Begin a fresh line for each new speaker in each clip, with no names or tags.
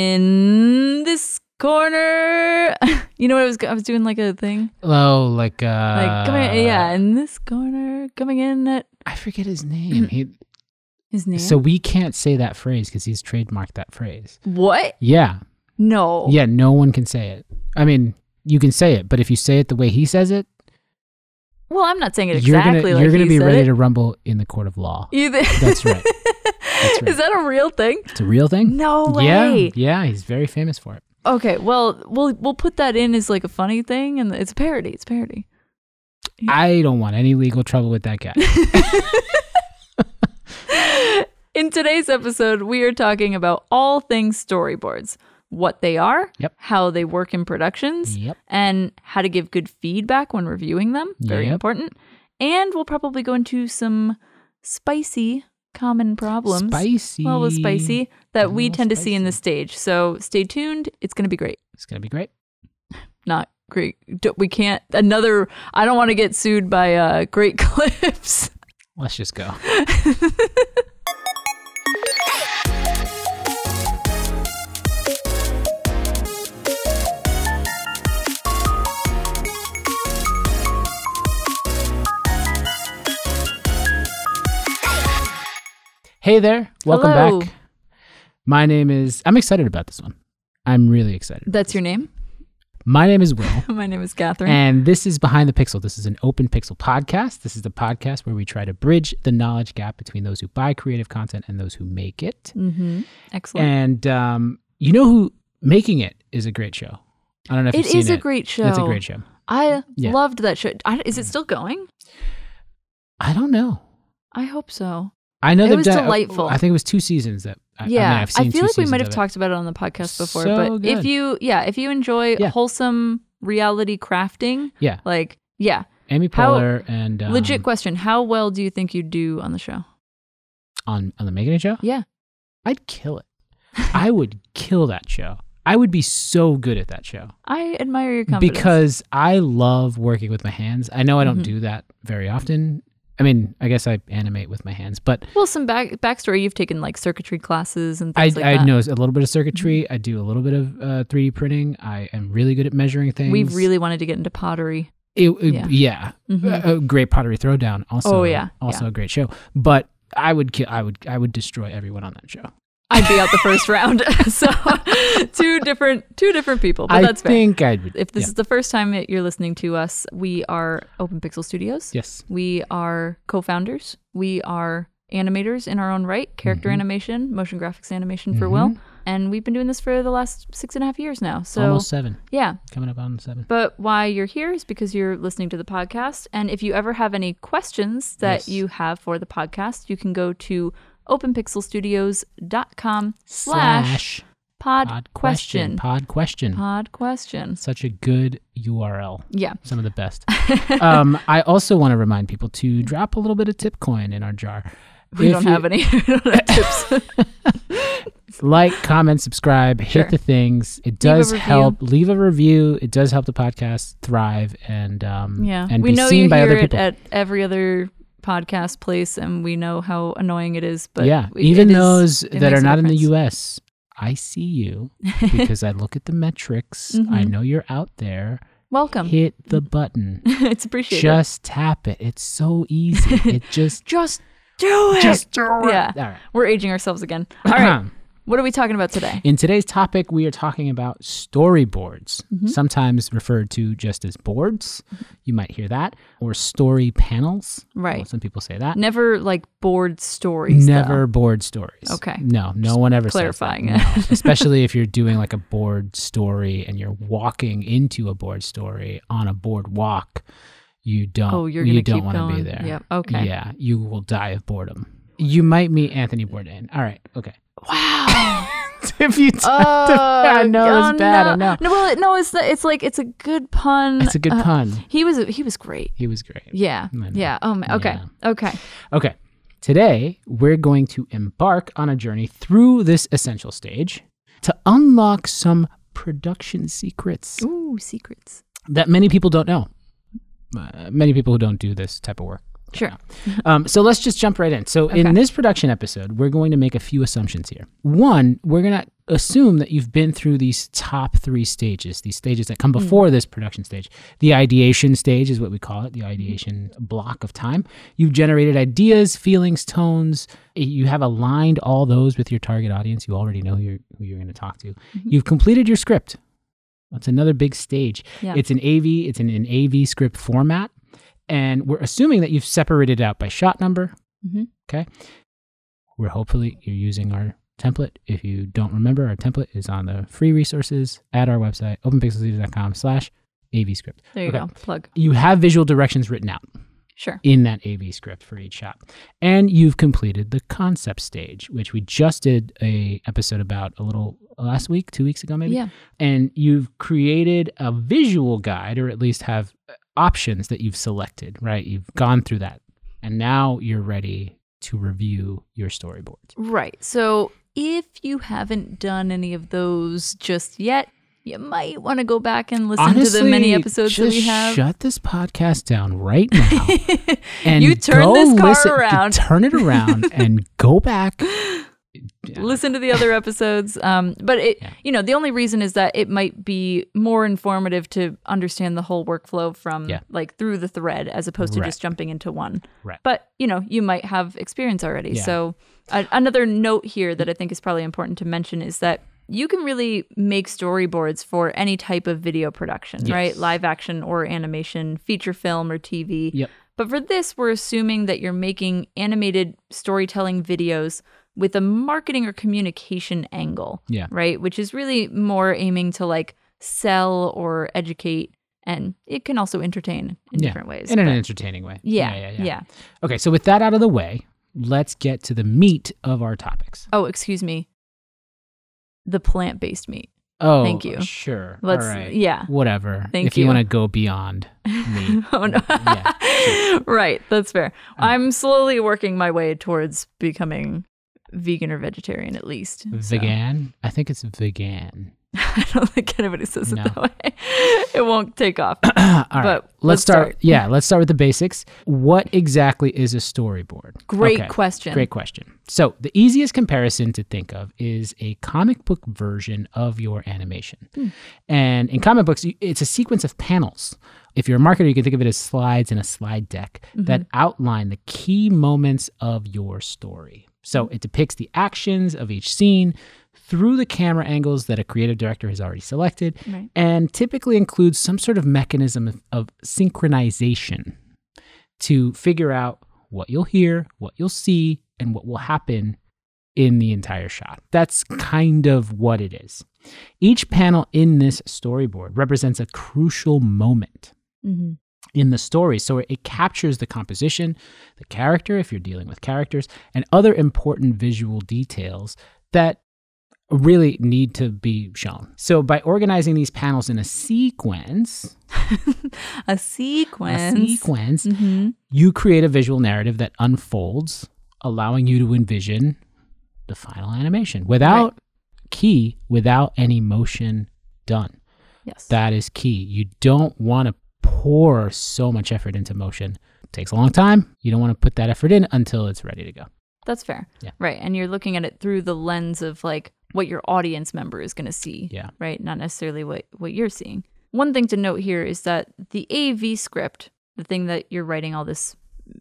in this corner. you know what I was? I was doing like a thing,
Oh, like uh,
like coming, yeah, in this corner, coming in at
I forget his name. He,
his name.
so we can't say that phrase because he's trademarked that phrase.
what?
Yeah,
No.
yeah. No one can say it. I mean, you can say it, but if you say it the way he says it,
Well, I'm not saying it
you're
exactly
gonna
like
you're gonna
he
be
said
ready
it.
to rumble in the court of law.
You thi-
That's right. That's right.
Is that a real thing?
It's a real thing.
No way.
Yeah, yeah. He's very famous for it.
Okay. Well, we'll we'll put that in as like a funny thing, and it's a parody. It's a parody.
I don't want any legal trouble with that guy.
In today's episode, we are talking about all things storyboards, what they are,
Yep.
how they work in productions,
Yep.
and how to give good feedback when reviewing them. Very
Yep.
important. And we'll probably go into some spicy common problems.
Spicy.
Well, with spicy that
A
we
little
tend to see in
spicy.
the stage. So stay tuned. It's going to be great.
It's gonna be great.
Not great. d- We can't. Another. I don't want to get sued by uh, Great Clips.
Let's just go. Hey there. Welcome
Hello.
back. My name is I'm excited about this one. I'm really excited.
That's your name.
My name is Will.
My name is Catherine.
And this is Behind the Pixel. This is an open pixel podcast. This is the podcast where we try to bridge the knowledge gap between those who buy creative content and those who make it.
mm-hmm. Excellent.
And um, you know who Making It is a great show. I don't know if
it
you've seen
is a
it.
great show.
It's a great show.
I
Yeah.
loved that show. I, is it still going?
I don't know.
I hope so.
I know
It
they've
was
done-
delightful.
I think it was two seasons that I,
yeah,
I, mean, I've seen
feel
two
like we might
seasons
have
of it.
talked about it on the podcast before.
So
but if
good.
you, yeah, if you enjoy
Yeah.
wholesome reality crafting,
Yeah,
like, yeah,
Amy
How-
Poehler and um,
legit question: How well do you think you do on the show?
on on the Making It show.
Yeah.
I'd kill it. I would kill that show. I would be so good at that show.
I admire your confidence.
because I love working with my hands. I know I don't
Mhm.
do that very often. I mean, I guess I animate with my hands, but
well, some back backstory. You've taken like circuitry classes and
I,
things like
I
that. Mm-hmm.
know a little bit of circuitry. I do a little bit of uh, 3D printing. I am really good at measuring things.
We really wanted to get into pottery.
It- it-
yeah.
yeah,
Mhm.
A- a great pottery throwdown. Also,
Oh, yeah,
also a great show. But I would kill. I would. I would destroy everyone on that show.
I'd be out the first round. so two different two different people. But
I
that's fair.
think I would.
If this
yeah.
is the first time that you're listening to us, we are Open Pixel Studios.
yes,
We are co-founders. We are animators in our own right, character
Mm-hmm.
animation, motion graphics animation for Will. And we've been doing this for the last six and a half years now. So
almost seven
yeah.
coming up on seven.
But why you're here is because you're listening to the podcast. And if you ever have any questions that
Yes.
you have for the podcast, you can go to openpixelstudios.com slash pod question.
Pod question.
Pod question.
Such a good URL.
Yeah.
some of the best. um, I also want to remind people to drop a little bit of tip coin in our jar.
We
If
don't
you
have any we don't have tips.
Like, comment, subscribe,
Sure.
hit the things. It does
review.
help. Leave a review. It does help the podcast thrive and um
Yeah.
and
we
be
know
seen
you
by
hear
other
it
people.
at every other podcast place and we know how annoying it is. But
yeah,
we-
even
it is-
those
it
that
makes
are
a
not in the
difference.
U.S., I see you because I look at the metrics. I
Mm-hmm.
know you're out there.
Welcome.
Hit the
mm-hmm.
button.
it's appreciated.
Just tap it. It's so easy. It just
Just do it.
just do
Yeah.
it. All right. Uh-huh.
We're aging ourselves again. All right. What are we talking about today?
In today's topic, we are talking about storyboards,
Mm-hmm.
sometimes referred to just as boards. You might hear that, or story panels.
Right.
Well, some people say that.
Never like bored stories. though.
Never board stories.
Okay.
No, no one ever
clarifying
says that. No. Especially if you're doing like a board story and you're walking into a board story on a board walk, you don't.
Oh, you're
you
gonna
don't
keep
want to be
going.
there.
Yep. Okay.
Yeah, you will die of boredom. You might meet Anthony Bourdain. All right. Okay.
Wow.
if you.
Oh,
I know, it's
oh,
bad,
No.
I know.
No, well, it- no, it's the, it's like it's a good pun.
it's a good
Uh,
pun.
He was he was great.
He was great.
Yeah.
know.
Yeah. Oh man. Okay. Okay.
Okay. Today, we're going to embark on a journey through this essential stage to unlock some production secrets
Ooh, secrets.
that many people don't know. Uh, many people who don't do this type of work.
Sure.
Um, so let's just jump right in. So, in
Okay.
this production episode, we're going to make a few assumptions here. One, we're going to assume that you've been through these top three stages, these stages that come
Mm.
before this production stage. The ideation stage is what we call it, the ideation block of time. You've generated ideas, feelings, tones. You have aligned all those with your target audience. You already know who you're, who you're going to talk to.
Mm-hmm.
You've completed your script. That's another big stage.
Yeah.
It's an AV, it's in an AV script format. And we're assuming that you've separated it out by shot number.
Mhm.
Okay. We're hopefully you're using our template. If you don't remember, our template is on the free resources at our website, openpixelleader.com slash AV script.
There you
Okay.
go. Plug.
You have visual directions written out
Sure.
in that AV script for each shot. And you've completed the concept stage, which we just did a episode about a little last week, two weeks ago maybe
Yeah.
and you've created a visual guide or at least have uh, options that you've selected, right? You've gone through that and now you're ready to review your storyboard.
Right. So if you haven't done any of those just yet, you might want to go back and listen to the many episodes that
just
we have.
Shut this podcast down right now. And
You turn
go
this car
listen-
around.
Turn it around and go back.
listen to the other episodes. Um, but it,
Yeah.
you know, the only reason is that it might be more informative to understand the whole workflow from
Yeah.
like through the thread as opposed to
Right.
just jumping into one.
Right.
But you know, you might have experience already.
Yeah.
So a- another note here that I think is probably important to mention is that you can really make storyboards for any type of video production, right?
Yes.
Live action or animation, feature film or TV.
Yep.
But for this, we're assuming that you're making animated storytelling videos with a marketing or communication angle,
Yeah.
right? Which is really more aiming to like sell or educate, and it can also entertain in
Yeah.
different ways.
In an
but-
entertaining way.
yeah,
yeah,
yeah,
yeah. Okay, so with that out of the way, let's get to the meat of our topics.
Oh, excuse me. The plant based meat.
Oh,
Thank you.
Sure.
Let's-
All right.
yeah.
Whatever.
Thank
if you,
you.
want to go beyond me.
Oh, no.
yeah. Uh.
right. That's fair. I'm slowly working my way towards becoming vegan or vegetarian at least. so.
Vegan. I think it's vegan.
I don't think anybody says
No.
it that way. It won't take off.
All right.
But
let's
let's
start.
start.
Yeah, let's start with the basics. What exactly is a storyboard?
Great
Okay,
question.
Great question. So, the easiest comparison to think of is a comic book version of your animation. And in comic books, you- it's a sequence of panels. If you're a marketer, you can think of it as slides in a slide deck that outline the key moments of your story. So, it depicts the actions of each scene through the camera angles that a creative director has already selected
Right.
and typically includes some sort of mechanism of, of synchronization to figure out what you'll hear, what you'll see, and what will happen in the entire shot. That's kind of what it is. Each panel in this storyboard represents a crucial moment
hmm
in the story. So it captures the composition, the character, if you're dealing with characters, and other important visual details that really need to be shown. So by organizing these panels in a sequence,
A sequence.
a sequence,
hmm
you create a visual narrative that unfolds, allowing you to envision the final animation without key, without any motion done.
Yes.
That is key. You don't want to pour so much effort into motion. takes a long time. You don't want to put that effort in until it's ready to go.
That's fair.
Yeah.
Right. And you're looking at it through the lens of like what your audience member is going to see.
Yeah.
Right. Not necessarily what, what you're seeing. One thing to note here is that the AV script, the thing that you're writing all this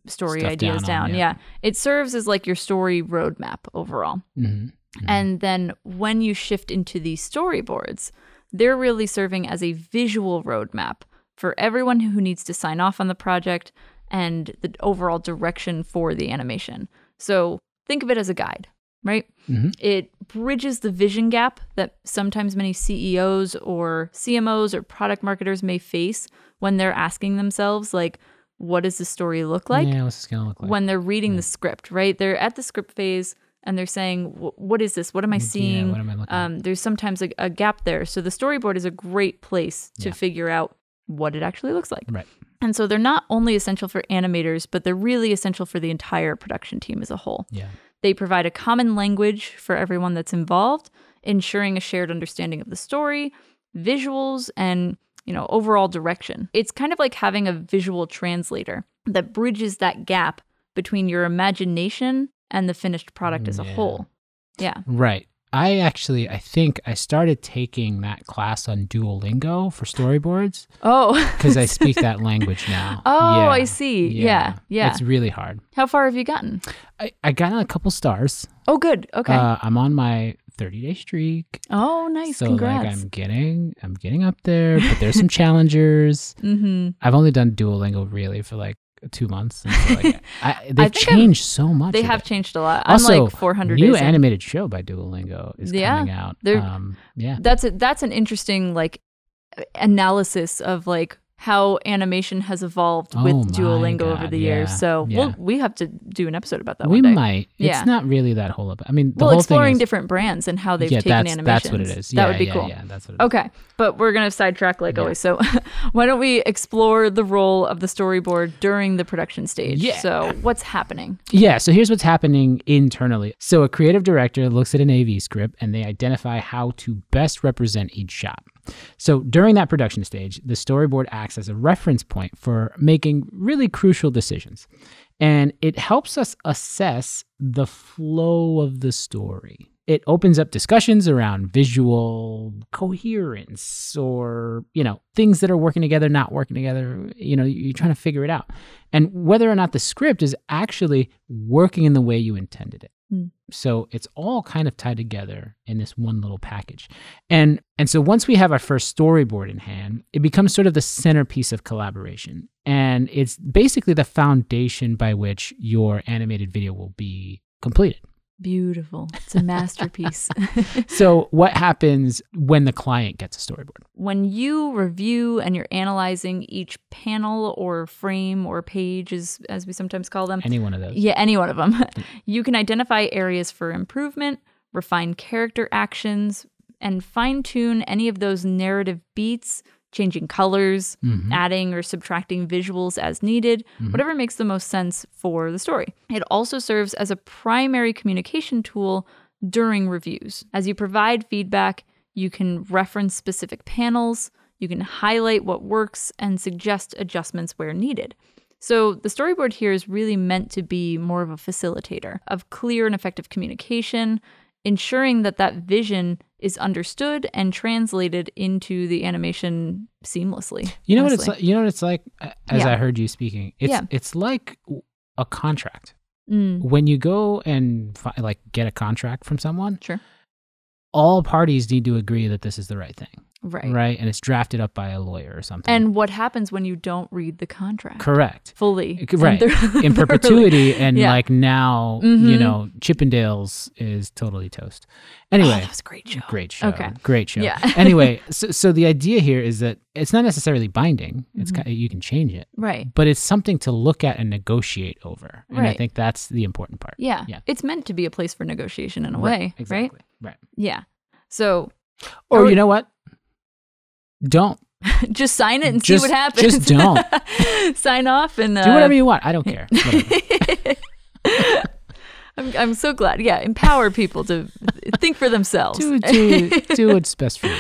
story
Stuff
ideas
down on,
down,
yeah.
yeah, it serves as like your story roadmap overall.
hmm
And then when you shift into these storyboards, they're really serving as a visual roadmap for everyone who needs to sign off on the project and the overall direction for the animation. So think of it as a guide, right?
Mhm.
It bridges the vision gap that sometimes many CEOs or CMOs or product marketers may face when they're asking themselves, like, what does the story look like?
yeah, what's this gonna look like?
when they're reading the script, right? They're at the script phase and they're saying, "Wh- "What is this? What am I seeing?"
what am I looking at?
um, there's sometimes a, a gap there, so the storyboard is a great place to
Yeah. Mm.
figure out what it actually looks like.
right.
And so they're not only essential for animators, but they're really essential for the entire production team as a whole.
Yeah.
They provide a common language for everyone that's involved, ensuring a shared understanding of the story, visuals, and you know, overall direction. It's kind of like having a visual translator that bridges that gap between your imagination and the finished product as a
Yeah.
whole. Yeah.
Right. I actually, I think I started taking that class on Duolingo for storyboards
Oh.
because I speak that language now.
Oh, I see. Yeah, yeah.
It's really hard.
How far have you gotten?
I, I got a couple stars.
Oh, good. Okay.
Uh, I'm on my 30 day streak.
oh, nice.
so
Congrats.
like I'm getting I'm getting up there, but there's some challengers.
mm-hmm.
I've only done Duolingo really for like two months. And so like, I, they've
think I've-
changed so much.
They
of
have
it.
changed a lot. I'm
also,
like 400
new
days in.
animated show by Duolingo is
Yeah,
coming out.
they're-
Um, yeah,
That's a, that's an interesting like analysis of like how animation has evolved with
Oh my
Duolingo over
God,
the
yeah,
years. So
yeah.
we'll, we have to do an episode about that
we
one day.
might.
Yeah.
It's not really that whole. About, I mean, the
well,
whole
exploring
thing is,
different brands and how they've
yeah,
taken
that's,
animations.
that's what it is.
That
Yeah,
would be
yeah,
cool.
Yeah, that's what it is.
Okay, but we're gonna sidetrack like
Yeah.
always. So, why don't we explore the role of the storyboard during the production stage?
Yeah.
So, what's happening?
Yeah, so here's what's happening internally. So a creative director looks at an AV script and they identify how to best represent each shot. So during that production stage, the storyboard acts as a reference point for making really crucial decisions. And it helps us assess the flow of the story. It opens up discussions around visual coherence or, you know, things that are working together, not working together. You know, you're trying to figure it out and whether or not the script is actually working in the way you intended it.
Hmm.
So it's all kind of tied together in this one little package. And and so once we have our first storyboard in hand, it becomes sort of the centerpiece of collaboration. And it's basically the foundation by which your animated video will be completed.
Beautiful. It's a masterpiece.
so what happens when the client gets a storyboard?
when you review and you're analyzing each panel or frame or page, as, as we sometimes call them,
Any one of those.
yeah, any one of them, you can identify areas for improvement, refine character actions, and fine tune any of those narrative beats, changing colors,
Mhm.
adding or subtracting visuals as needed, whatever makes the most sense for the story. It also serves as a primary communication tool during reviews. As you provide feedback, you can reference specific panels, you can highlight what works, and suggest adjustments where needed. So, the storyboard here is really meant to be more of a facilitator of clear and effective communication, ensuring that that vision is understood and translated into the animation seamlessly.
You know what it's
honestly.
like, you know what it's like uh, as
Yeah.
I heard you speaking. It's
Yeah.
it's like w- a contract.
Mm,
Mm-hmm. when you go and fi- like get a contract from someone
sure.
all parties need to agree that this is the right thing
Right.
right, and it's drafted up by a lawyer or something
And what happens when you don't read the contract
correct
fully?
C- right
and
in
thoroughly?
perpetuity and
Yeah.
like now you
Mhm.
know chippendales is totally toast
Oh,
anyway
that was a great show.
great show
Okay.
great show
Yeah.
anyway so, so the idea here is that it's not necessarily binding it's
Mm-hmm.
ki you can change it
Right.
but it's something to look at and negotiate over and i
Right.
think that's the important part
Yeah.
Yeah.
It's meant to be a place for negotiation in a way, right?
exactly right
Yeah. So
Or,
Or-
you know what? Don't
just sign it and
Just-
see what happens.
just don't.
sign off and uh,
do whatever you want. I don't care. Whatever.
I'm, I'm so glad. Yeah, empower people to think for themselves.
do, do, do what's best for you.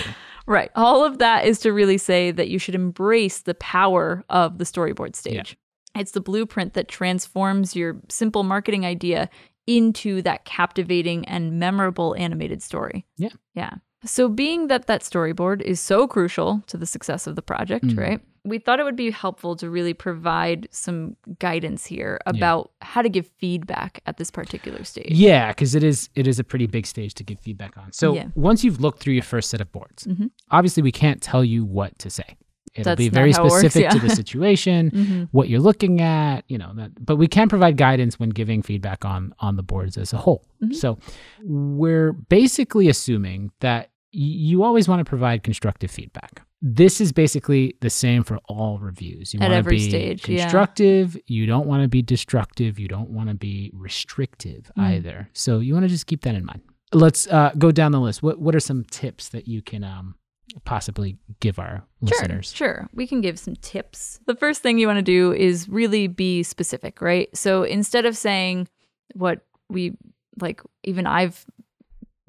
Right. All of that is to really say that you should embrace the power of the storyboard stage. It's the blueprint that transforms your simple marketing idea into that captivating and memorable animated story.
Yeah.
Yeah. So, being that that storyboard is so crucial to the success of the project,
Mhm.
right? We thought it would be helpful to really provide some guidance here about how to give feedback at this particular stage.
Yeah, because it is it is a pretty big stage to give feedback on. So
Yeah.
once you've looked through your first set of boards,
Mhm.
obviously we can't tell you what to say. It'll
That's
be
not
very
how it works,
specific to
yeah.
the situation,
Mhm.
what you're looking at, you know. That, but we can provide guidance when giving feedback on on the boards as a whole.
Mm-hmm.
So we're basically assuming that y- you always want to provide constructive feedback. This is basically the same for all reviews. You
At
want to
every
be
stage, yeah.
constructive. You don't want to be destructive. You don't want to be restrictive
Hmm.
either. So you want to just keep that in mind. Let's uh, go down the list. What What are some tips that you can um, possibly give our listeners?
Sure, sure. We can give some tips. The first thing you want to do is really be specific, right? So instead of saying what we like, even I've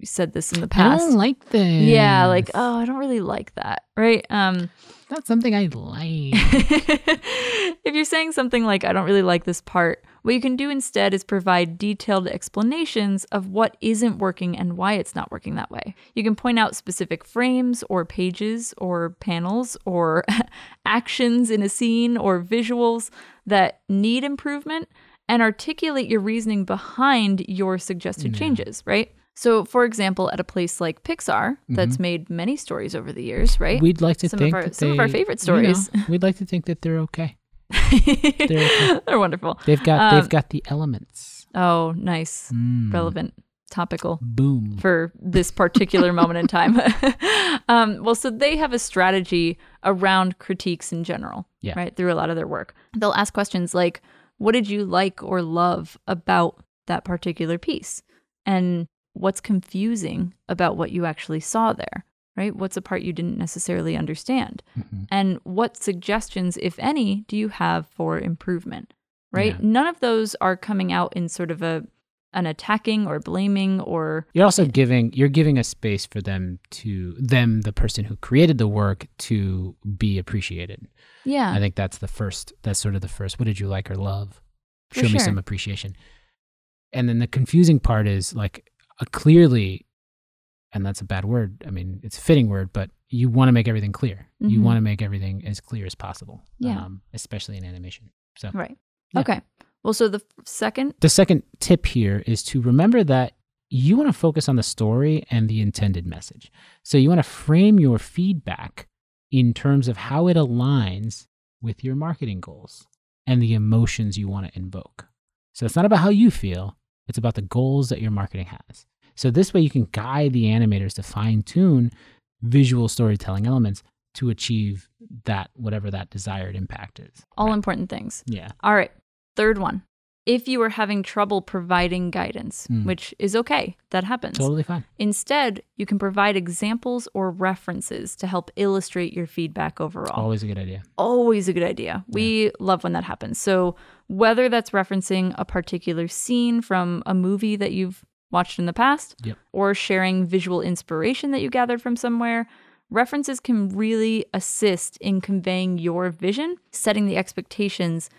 said this in the
I
past.
don't like this.
uh, yeah, like, oh, I don't really like that, right? Um,
It's not something I like.
if you're saying something like, I don't really like this part, what you can do instead is provide detailed explanations of what isn't working and why it's not working that way. You can point out specific frames or pages or panels or actions in a scene or visuals that need improvement and articulate your reasoning behind your suggested changes, right? So, for example, at a place like Pixar, that's made many stories over the years, right?
We'd like to
Some of
think
our-
that
some of our
they-
favorite
you know,
stories.
we'd like to think that they're okay. They're-
They're wonderful.
They've got
Um,
they've got the elements.
Oh, nice.
Mm.
Relevant, topical.
Boom.
for this particular moment in time. um, well, so they have a strategy around critiques in general,
Yeah.
right? Through a lot of their work, they'll ask questions like, "What did you like or love about that particular piece?" and "What's confusing about what you actually saw there?" Right? What's a part you didn't necessarily understand?
Mhm.
and what suggestions, if any, do you have for improvement? Right?
Yeah.
None of those are coming out in sort of a an attacking or blaming or
You're also giving you're giving a space for them to them the person who created the work to be appreciated.
yeah.
I think that's the first that's sort of the first what did you like or love?
For
Show me
sure.
some appreciation. And then the confusing part is like uh, clearly and that's a bad word. I mean, it's a fitting word, but you want to make everything clear. You
Mhm.
want to make everything as clear as possible.
Yeah.
Um, especially in animation. So
Right.
Yeah.
Okay. Well, so the f- second,
the second tip here is to remember that you want to focus on the story and the intended message. So you want to frame your feedback in terms of how it aligns with your marketing goals and the emotions you want to invoke. So it's not about how you feel, it's about the goals that your marketing has. So this way you can guide the animators to fine tune visual storytelling elements to achieve that whatever that desired impact is.
all important things.
yeah.
All right. Third one. If you are having trouble providing guidance,
Mm.
which is okay, that happens.
Totally fine.
Instead, you can provide examples or references to help illustrate your feedback overall.
Always a good idea.
always a good idea. We love when that happens. So, whether that's referencing a particular scene from a movie that you've watched in the past
Yep.
or sharing visual inspiration that you gathered from somewhere, references can really assist in conveying your vision, setting the expectations,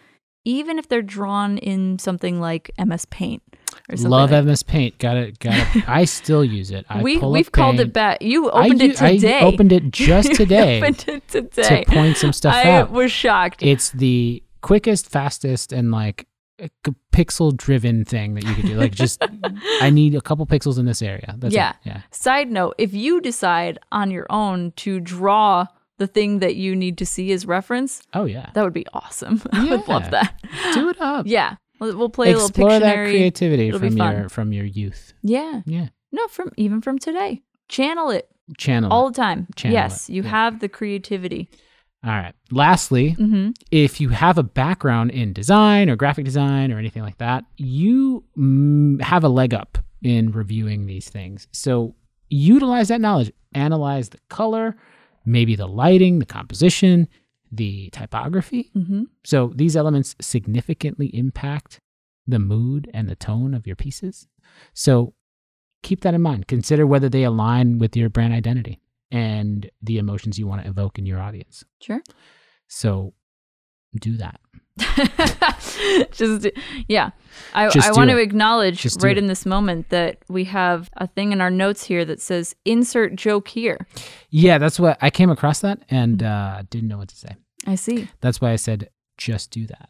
even if they're drawn in something like MS Paint or something.
Love
like
MS Paint. Got it. Got it. I still use it. I
we
pull up
we've called
Paint.
it back. You
I
opened it
u-
today.
I opened it just
You
today
opened it today.
to point some stuff
I
out.
was shocked.
It's the quickest, fastest, and like pixel driven thing that you could do. Like just, I need a couple pixels in this area. That's
Yeah.
It. Yeah.
Side note, if you decide on your own to draw the thing that you need to see as reference,
Oh yeah.
that would be awesome. I would
Yeah.
love that.
do it up.
Yeah. We'll, we'll play a
Explore
little
that
Pictionary.
creativity
It'll be
from
fun.
your from your youth.
yeah.
Yeah.
No, from even from today. Channel it
Channel. it.
all the time.
Channel
yes,
it.
you
Yeah.
have the creativity.
All right. Lastly,
hmm
if you have a background in design or graphic design or anything like that, you mm, have a leg up in reviewing these things. So utilize that knowledge, analyze the color, maybe the lighting, the composition, the typography.
hmm
So these elements significantly impact the mood and the tone of your pieces. So keep that in mind. Consider whether they align with your brand identity and the emotions you want to evoke in your audience.
Sure.
So do that.
Just yeah. I,
Just
I
do
want to
it.
acknowledge
Just do
right
it.
in this moment that we have a thing in our notes here that says insert joke here.
Yeah, that's what I came across that and
Mm-hmm.
uh, didn't know what to say.
I see.
That's why I said just do that.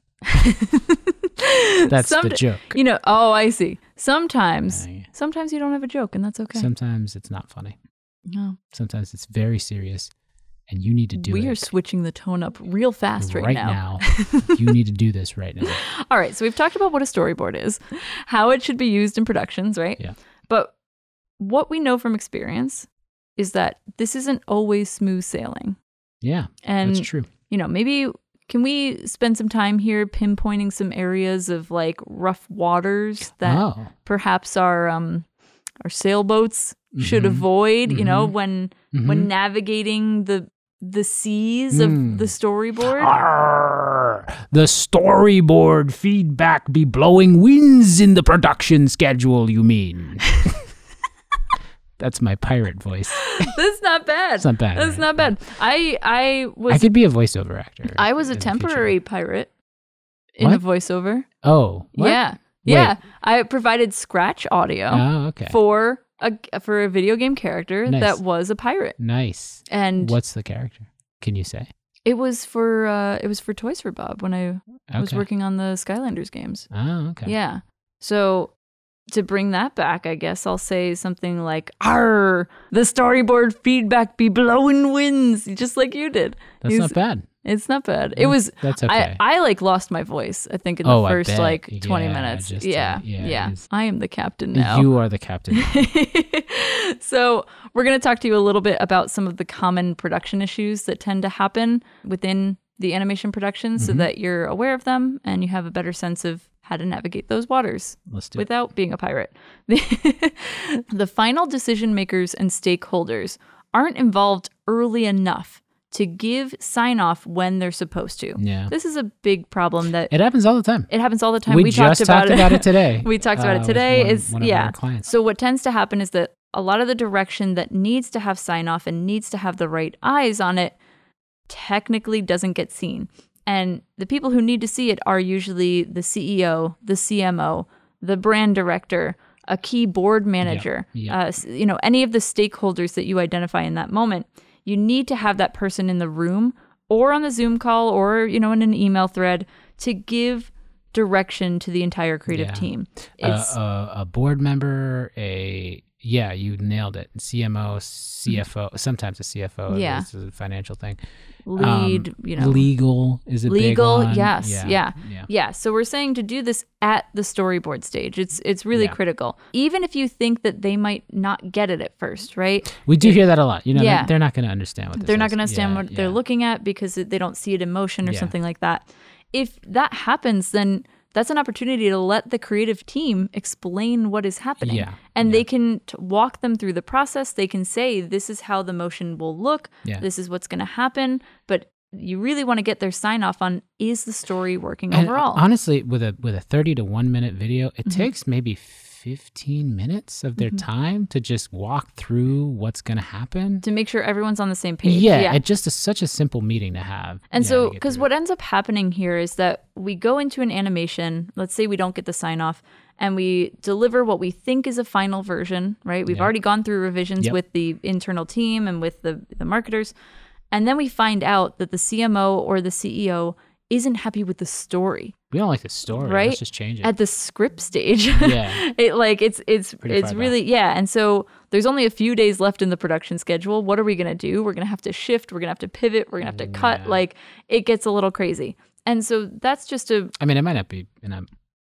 That's
That's the joke.
You know, oh, I see. Sometimes,
Yeah, yeah.
sometimes you don't have a joke, and that's okay.
Sometimes it's not funny.
no,
Sometimes it's very serious, and you need to do
we
it
are switching the tone up real fast right,
you need to do this right now.
All right, so we've talked about what a storyboard is, how it should be used in productions, right?
Yeah.
But what we know from experience is that this isn't always smooth sailing,
Yeah,
and
that's true.
you know, maybe can we spend some time here pinpointing some areas of like rough waters that
oh,
perhaps our um our sailboats should
Mhm.
avoid you know
Mhm.
when
mhm.
when navigating the the seas of
Mm.
the storyboard
Arrgh, the storyboard feedback be blowing winds in the production schedule. You mean? That's my pirate voice.
That's not bad. That's
not bad,
That's
right?
not bad. I I was
I
I,
could be a voiceover actor.
was a
in the future.
temporary pirate in a
What?
voiceover.
Oh, what?
Yeah.
Wait.
Yeah. I provided scratch audio
Oh, okay.
for a for a video game character
Nice.
that was a pirate.
nice.
And
What's the character? Can you say?
it was for uh it was for Toys for Bob when I
Okay.
was working on the Skylanders games.
Oh, okay.
Yeah. So to bring that back, I guess I'll say something like, "Arr, the storyboard feedback be blowing winds," just like you did.
That's
He's-
not bad.
It's not bad. It was.
That's Mm. okay.
I, I like lost my voice. I think in the
Oh, I
first
bet.
like twenty
Yeah,
minutes.
just, uh,
yeah,
yeah,
yeah,
it is.
I am the captain now.
You are the captain.
so we're going to talk to you a little bit about some of the common production issues that tend to happen within the animation production, so
Mm-hmm.
that you're aware of them and you have a better sense of how to navigate those waters
Let's do it.
without being a pirate. The, the final decision makers and stakeholders aren't involved early enough to give sign off when they're supposed to.
Yeah.
This is a big problem that
It happens all the time.
it happens all the time.
we,
We,
just talked about it today.
we talked about
uh,
it
with
today.
one-
is
one of our
yeah.
clients.
So what tends to happen is that a lot of the direction that needs to have sign off and needs to have the right eyes on it technically doesn't get seen. And the people who need to see it are usually the CEO, the CMO, the brand director, a key board manager,
yeah.
uh, s- you know, any of the stakeholders that you identify in that moment. You need to have that person in the room or on the Zoom call or, you know, in an email thread to give direction to the entire creative
Yeah. Uh, um,
team.
A- a, a board member, a yeah, you nailed it. CMO, CFO, sometimes a CFO.
Mm-hmm. Yeah.
this is a financial thing. Um,
lead, you know,
legal is a big
legal.
one.
Yes, yeah.
yeah.
Yeah, so we're saying to do this at the storyboard stage. It's it's really
Yeah.
critical. Even if you think that they might not get it at first, right?
We do hear that a lot. You know,
Yeah.
they're, they're not going to understand what this
They're not
is.
going to understand
Yeah,
what they're
yeah.
looking at because they don't see it in motion or
Yeah.
something like that. If that happens, then that's an opportunity to let the creative team explain what is happening.
Yeah,
And they can t- walk them through the process. They can say, this is how the motion will look.
Yeah.
This is what's going to happen. But you really want to get their sign off on is the story working
And
overall? Mm-hmm.
Honestly, with a with a thirty to one minute video, it takes maybe fifteen minutes of their time to just walk through what's going to happen.
to make sure everyone's on the same page.
Yeah, it just is such a simple meeting to have.
And
Yeah,
so,
to get
because
through
what ends up happening here is that we go into an animation, let's say we don't get the sign off, and we deliver what we think is a final version, right? We've already gone through revisions
Yep.
with the internal team and with the, the marketers. And then we find out that the CMO or the CEO isn't happy with the story
it. we don't like the story.
right?
Let's just change it.
at the script stage.
Yeah.
it like it's it's
Pretty
it's
far back.
really yeah. And so there's only a few days left in the production schedule. What are we gonna do? We're gonna have to shift. We're gonna have to pivot. We're gonna have to cut.
Yeah.
Like it gets a little crazy. And so that's just a
I mean, it might not be, and I'm.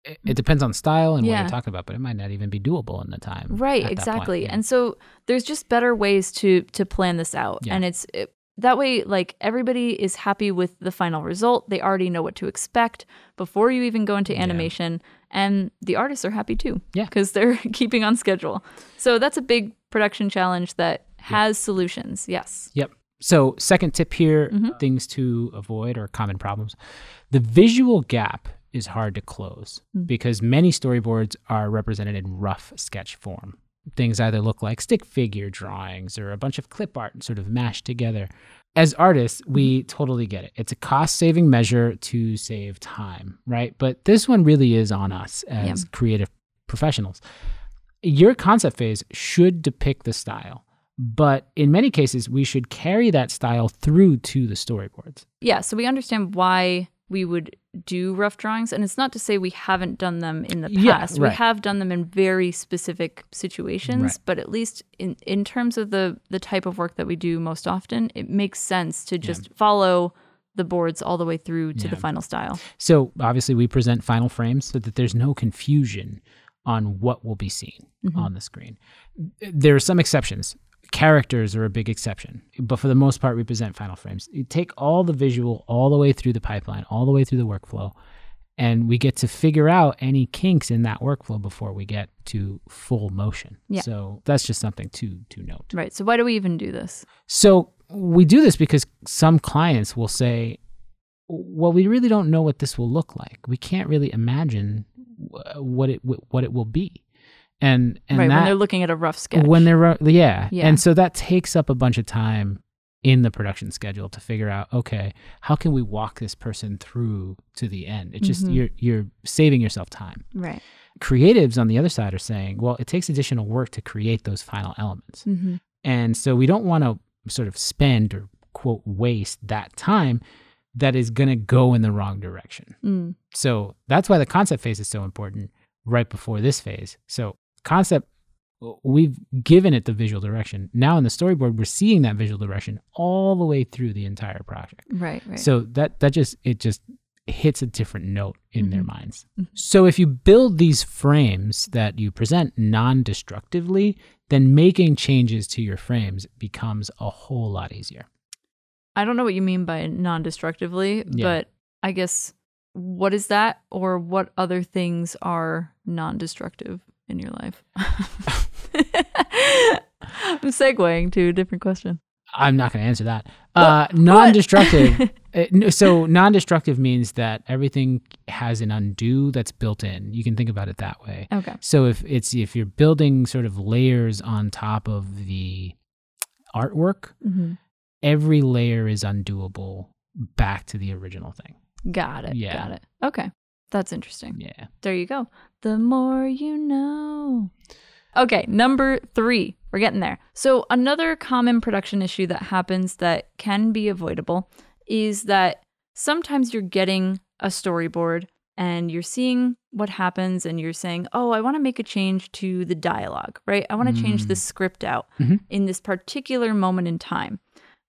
It, it depends on style and what
Yeah.
you're talking about, but it might not even be doable in the time.
right
at that point,
exactly
yeah.
and so there's just better ways to to plan this out
Yeah.
and it's it, that way like everybody is happy with the final result they already know what to expect before you even go into animation and the artists are happy too
Yeah.
because they're keeping on schedule so that's a big production challenge that has solutions yes
Yep. So, second tip here things to avoid or common problems. The visual gap is hard to close because many storyboards are represented in rough sketch form. Things either look like stick figure drawings or a bunch of clip art sort of mashed together. As artists, we totally get it. It's a cost saving measure to save time, right? But this one really is on us as creative professionals your concept phase should depict the style, but in many cases, we should carry that style through to the storyboards.
yeah so we understand why we would do rough drawings and it's not to say we haven't done them in the
Yeah,
past
right.
we have done them in very specific situations
Right.
but at least in, in terms of the the type of work that we do most often it makes sense to just follow the boards all the way through to the final style
So obviously, we present final frames so that there's no confusion on what will be seen on the screen. There are some exceptions. Characters are a big exception, but for the most part, we present final frames. You take all the visual all the way through the pipeline, all the way through the workflow, and we get to figure out any kinks in that workflow before we get to full motion.
Yeah.
So that's just something to to note.
right so why do we even do this
So we do this because some clients will say, "Well, we really don't know what this will look like. We can't really imagine wh- what it wh- what it will be." and and
right when
that
they're looking at a rough sketch.
when they're ro- yeah.
Yeah.
and so that takes up a bunch of time in the production schedule to figure out okay how can we walk this person through to the end it's just
Mhm.
you're you're saving yourself time
right.
creatives on the other side are saying well it takes additional work to create those final elements
Mm-hmm.
and so we don't want to sort of spend or quote waste that time that is going to go in the wrong direction
Mm.
so that's why the concept phase is so important right before this phase. So concept we've given it the visual direction. Now in the storyboard we're seeing that visual direction all the way through the entire project.
Right. Right.
So that that just it just hits a different note in their
Mhm.
minds.
Mhm.
So if you build these frames that you present non-destructively, then making changes to your frames becomes a whole lot easier.
I don't know what you mean by non-destructively,
Yeah.
but I guess what is that, or what other things are non-destructive in your life? I'm segueing to a different question.
I'm not going to answer that. Uh, non-destructive Uh, no, so non-destructive means that everything has an undo that's built in. You can think about it that way.
Oh, okay.
So if it's if you're building sort of layers on top of the artwork,
hmm
every layer is undoable back to the original thing.
Got it.
Yeah.
Got it. Okay. That's interesting.
Yeah.
There you go. The more you know. Okay, number three. We're getting there. So, another common production issue that happens that can be avoidable is that sometimes you're getting a storyboard and you're seeing what happens and you're saying, oh, I want to make a change to the dialogue, right? I want to change the script out
Mhm.
in this particular moment in time.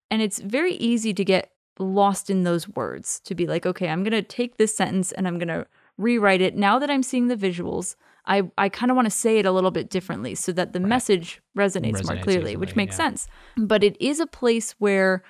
And it's very easy to get lost in those words to be like, okay, I'm going to take this sentence and I'm going to rewrite it. Now that I'm seeing the visuals, I, I kind of want to say it a little bit differently so that the message resonates, more
Resonates
clearly,
easily,
which makes
yeah.
sense. But it is a place where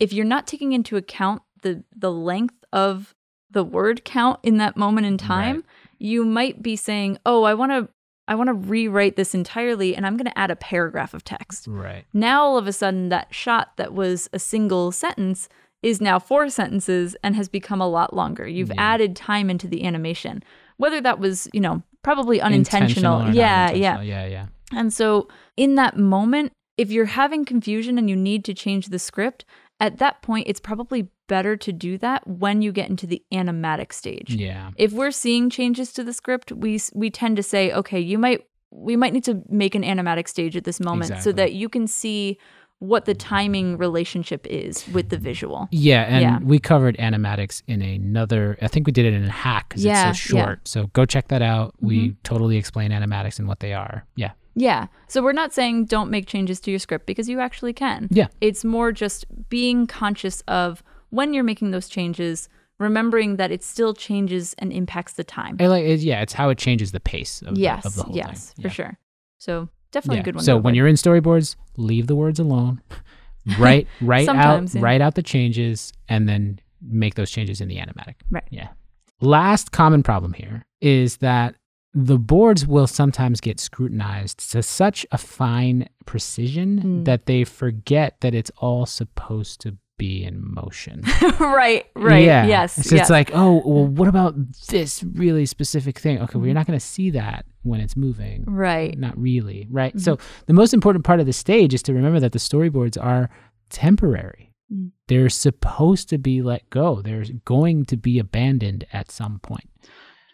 if you're not taking into account the the length of the word count in that moment in time,
Right.
you might be saying, "Oh, I want to I want to rewrite this entirely and I'm going to add a paragraph of text."
Right.
Now all of a sudden that shot that was a single sentence is now four sentences and has become a lot longer. You've
Yeah.
added time into the animation. Whether that was, you know, probably unintentional.
Intentional or
yeah,
not
yeah.
intentional. Yeah, yeah.
And so, in that moment, if you're having confusion and you need to change the script, at that point, it's probably better to do that when you get into the animatic stage.
Yeah.
If we're seeing changes to the script, we s- we tend to say, okay, you might we might need to make an animatic stage at this moment
Exactly.
so that you can see what the timing relationship is with the visual.
Yeah, and
Yeah.
we covered animatics in another. I think we did it in a hack because
Yeah, Mm-hmm.
it's so
yeah.
short. So go check that out. We totally explain animatics and what they are. Yeah,
Yeah. So we're not saying don't make changes to your script because you actually can.
Yeah.
It's more just being conscious of when you're making those changes, remembering that it still changes and impacts the time.
I like. It, yeah, it's how it changes the pace of, the-
yes.
of the whole
yes,
thing.
for
Yeah.
sure. So definitely a good one.
So
to
when
avoid.
you're in storyboards, leave the words alone. Write write out
Sometimes, yeah.
write out the changes and then make those changes in the animatic.
Right.
Yeah. Last common problem here is that the boards will sometimes get scrutinized to such a fine precision
Mm.
that they forget that it's all supposed to be in motion.
right, right.
Yeah.
Yes.
So
yes.
it's like, oh, well, what about this really specific thing? Okay, well, you're not going to see that when it's moving
right.
not really, right? So the most important part of the stage is to remember that the storyboards are temporary.
Mm.
They're supposed to be let go. They're going to be abandoned at some point.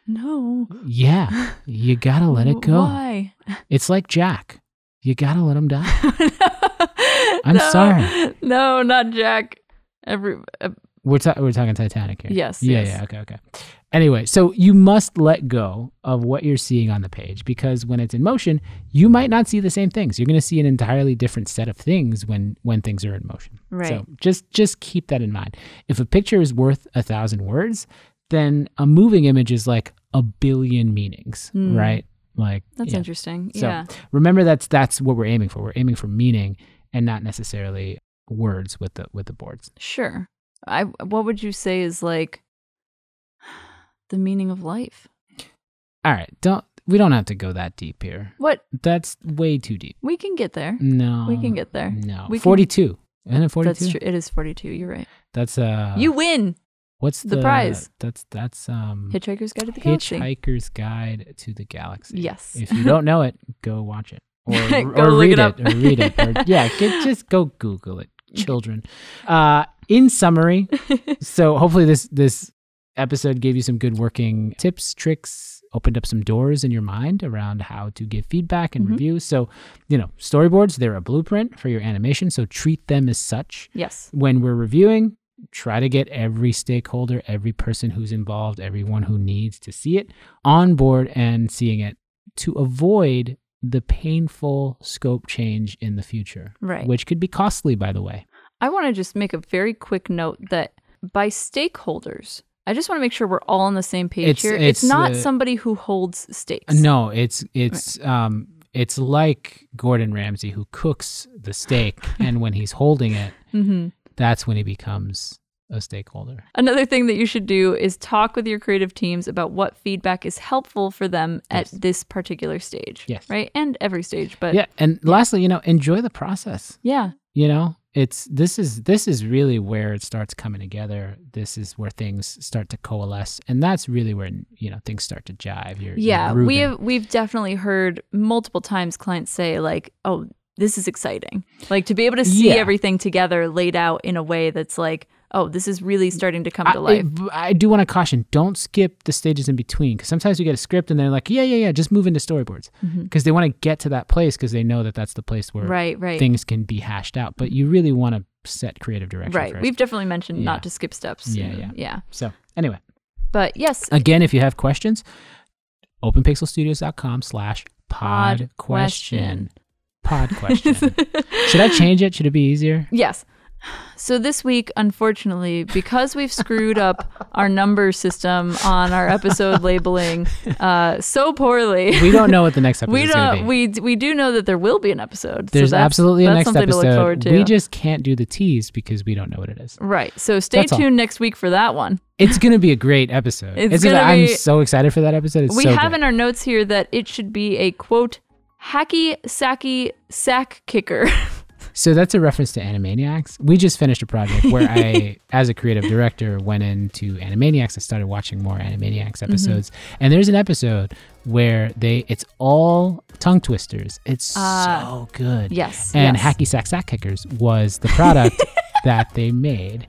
No.
Yeah, you gotta let it go.
Why?
It's like Jack. You gotta let him die. I'm
No.
sorry.
No, not Jack. Every uh,
We're, ta- we're talking Titanic here.
Yes,
Yeah,
yes.
yeah, okay, okay. Anyway, so you must let go of what you're seeing on the page because when it's in motion, you might not see the same things. You're going to see an entirely different set of things when when things are in motion. So
Right.
just just keep that in mind. If a picture is worth a thousand words, then a moving image is like a billion meanings,
Mm.
right? Like
that's
yeah.
interesting.
So
yeah.
remember that's that's what we're aiming for. We're aiming for meaning and not necessarily words with the with the boards.
Sure. I what would you say is like the meaning of life?
All right, don't we don't have to go that deep here.
What
That's way too deep.
we can get there.
No,
We can get there.
No,
We can-
Um, forty-two. Isn't it forty-two?
That's true. It is 42. You're right.
That's uh.
you win.
What's the,
The prize.
That's that's um
Hitchhiker's Guide to the Galaxy.
Hitchhiker's Guide to the Galaxy.
Yes.
If you don't know it, go watch it or,
Go
or
look
read
it up.
or read it. Or, yeah, get, just go Google it, children. Uh, in summary, so hopefully this this episode gave you some good working tips, tricks, opened up some doors in your mind around how to give feedback and
Mhm.
review. So, you know, storyboards, they're a blueprint for your animation, so treat them as such
Yes.
when we're reviewing, try to get every stakeholder, every person who's involved, everyone who needs to see it on board and seeing it to avoid the painful scope change in the future,
Right.
which could be costly, by the way.
I want to just make a very quick note that by stakeholders, I just want to make sure we're all on the same page
It's-
here.
it's,
It's, not
uh,
somebody who holds stakes.
No, it's it's um it's like Gordon Ramsay who cooks the steak, and when he's holding it,
hmm
that's when he becomes a stakeholder.
Another thing that you should do is talk with your creative teams about what feedback is helpful for them at
Yes.
this particular stage.
Yes.
Right? And every stage. But
Yeah, and lastly, you know, enjoy the process.
yeah.
you know it's this is this is really where it starts coming together this is where things start to coalesce and that's really where you know things start to jive you're, you're
Yeah, we
grooving.
have we've definitely heard multiple times clients say like, "Oh, this is exciting." Like to be able to see
Yeah.
everything together laid out in a way that's like, "Oh, this is really starting to come
Mm, I,
to life."
I do want to caution don't skip the stages in between because sometimes we get a script and they're like yeah yeah yeah just move into storyboards
Mhm.
because they want to get to that place because they know that that's the place where
Right, right.
things can be hashed out but you really want to set creative direction
right.
first.
We've definitely mentioned
Yeah.
not to skip steps.
Yeah,
and-
yeah.
Yeah.
so anyway
But yes,
Again, if you have questions, openpixelstudios.com slash pod question.
question.
Pod question. Should I change it? Should it be easier?
Yes. So this week, unfortunately, because we've screwed up our number system on our episode labeling uh, so poorly,
We don't know what the next episode
we
is going to
don't. We
be.
we do know that there will be an episode.
There's
so that's,
absolutely
that's
a next
something
episode.
to look forward to.
We just can't do the tease because we don't know what it is.
right. So stay
That's all.
tuned next week for that one.
It's going to be a great episode.
It's
just-
gonna
I'm
be-
so excited for that episode. It's
we
so
have
good.
in our notes here that it should be a quote hacky sacky sack kicker.
So that's a reference to Animaniacs. We just finished a project where I, as a creative director, went into Animaniacs. I started watching more Animaniacs
Mm-hmm.
episodes, and there's an episode where they it's all tongue twisters. It's
Ah.
so good.
yes.
And
yes.
Hacky Sack Sack Kickers was the product that they made.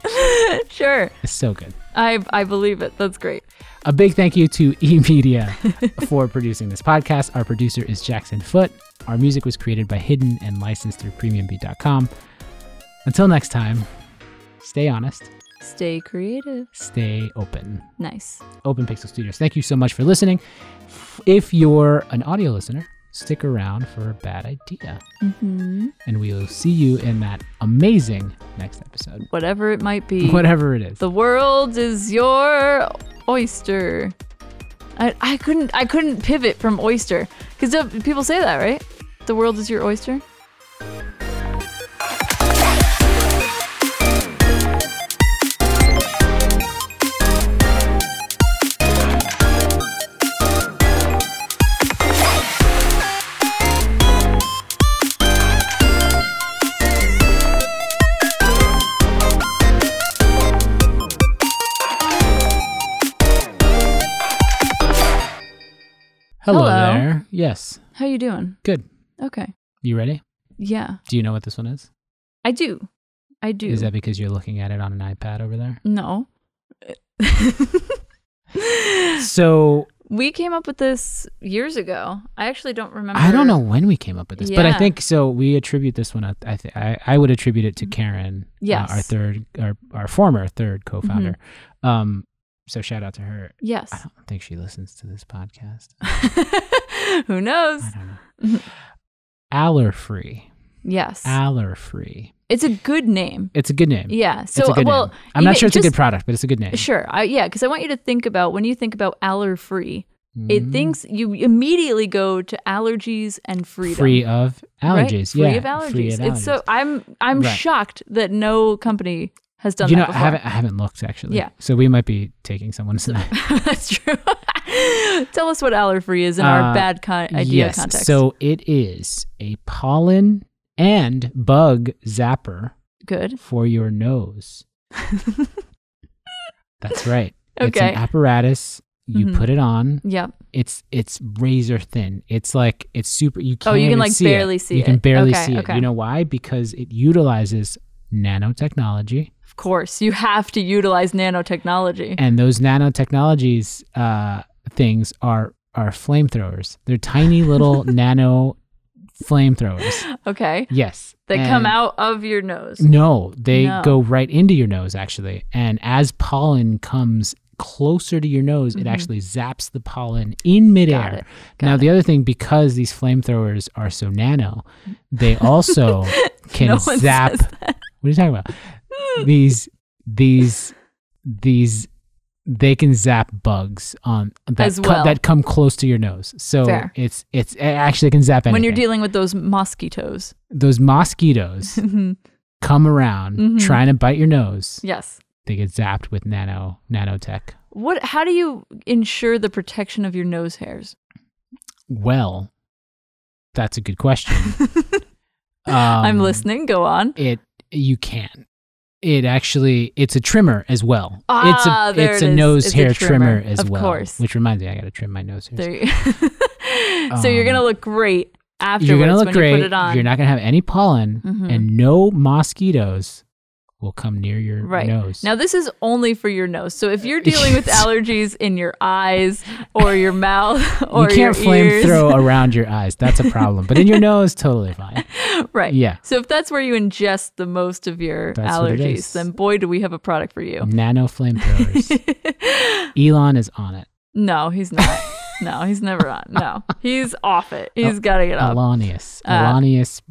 Sure.
It's so good.
I I believe it. That's great.
A big thank you to E Media for producing this podcast. Our producer is Jackson Foote. Our music was created by Hidden and licensed through PremiumBeat.com. Until next time, stay honest,
Stay creative.
stay open.
Nice.
Open Pixel Studios. Thank you so much for listening. If you're an audio listener, stick around for a bad idea.
hmm
And we'll see you in that amazing next episode.
Whatever it might be.
Whatever it is.
The world is your oyster. I, I couldn't I couldn't pivot from oyster because people say that right. The world is your oyster.
Hello,
Hello.
there. Yes.
How you doing?
Good.
Okay.
You ready?
Yeah,
Do you know what this one is?
I do. I do.
Is that because you're looking at it on an iPad over there?
no.
So
we came up with this years ago. I actually don't remember.
I don't know when we came up with this, but I
Yeah.
think so. We attribute this one. I I, th- I, I would attribute it to Karen, uh,
Mm-hmm. Yes. Mm-hmm.
our third, our, our former third co-founder. Um, so shout out to her. I
Yes.
don't think she listens to this podcast.
Who knows?
I don't know.
Mm-hmm.
Aller free,
Yes.
Aller free.
it's a good name.
It's a good name.
Yeah.
it's
So
a good
well,
name. I'm
you
not
get-
sure it's
just-
a good product, but it's a good name.
Sure. I, yeah, because I want you to think about when you think about aller free, it
Mm.
thinks you immediately go to allergies and freedom.
Mm. free of
right?
allergies.
Free
yeah,
of allergies.
free of
It's so
allergies.
I'm I'm
Right.
shocked that no company has done
you
that
know, I
before.
haven't I haven't looked actually.
Yeah.
So we might be taking someone's name.
That's true. Tell us what aller free is in our
Uh,
bad con- idea
yes.
context.
So it is a pollen and bug zapper
good.
for your nose. That's right. It's
Okay.
an apparatus. You
Mhm.
put it on.
Yep.
It's it's razor thin. It's like it's super. You can't
Oh, you can,
even
like,
see
barely
it.
see
You can
it.
barely
Okay,
see it.
okay.
You know why? Because it utilizes nanotechnology,
Of course, you have to utilize nanotechnology.
and those nanotechnologies uh, things are are flamethrowers. They're tiny little nano flamethrowers.
Okay.
Yes,
That come
And-
out of your nose.
No, they
No.
go right into your nose actually. And as pollen comes closer to your nose, it actually zaps the pollen in midair.
Mm-hmm. Got it.
now the other thing, because these flamethrowers are so nano, they also can
No one
zap
says Hmm.
what are you talking about? these these these they can zap bugs on that
As
co-
well.
that come close to your nose. So
Fair.
it's it's it actually can zap anything.
When you're dealing with those mosquitoes.
those mosquitoes come around
Mhm.
trying to bite your nose
yes.
they get zapped with nano nanotech.
What how do you ensure the protection of your nose hairs?
Well, that's a good question. Um,
I'm listening. Go on.
It you can. It actually it's a trimmer as well.
Ah,
it's a
there
it's
it
a
is.
nose
It's a
hair
trimmer,
trimmer, as
of
well.
course.
Which reminds me, I got to trim my nose hairs.
There you- so you're going to
Um,
look great afterwards
You're gonna look
when
great.
you put it on.
are not gonna have any pollen,
Mhm.
and no mosquitoes will come near your
Right.
nose.
Now, this is only for your nose. So, if you're dealing with
Yes.
allergies in your eyes or your mouth or
you can't
your ears,
flamethrow around your eyes. That's a problem. But in your nose, totally fine.
right?
Yeah.
So, if that's where you ingest the most of your
That's what it
allergies,
is.
then boy, do we have a product for you.
Nano flamethrowers. Elon is on it.
no, he's not. No, he's never on. No, he's off it.
Oh,
He's got to get off.
Alanius.
Uh,
Alanius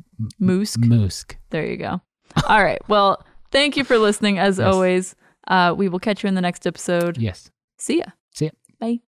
Moose.
Musk.
There you go. All right. Well, thank you for listening as
Yes.
always. Uh, we will catch you in the next episode.
Yes.
See ya.
See ya.
Bye.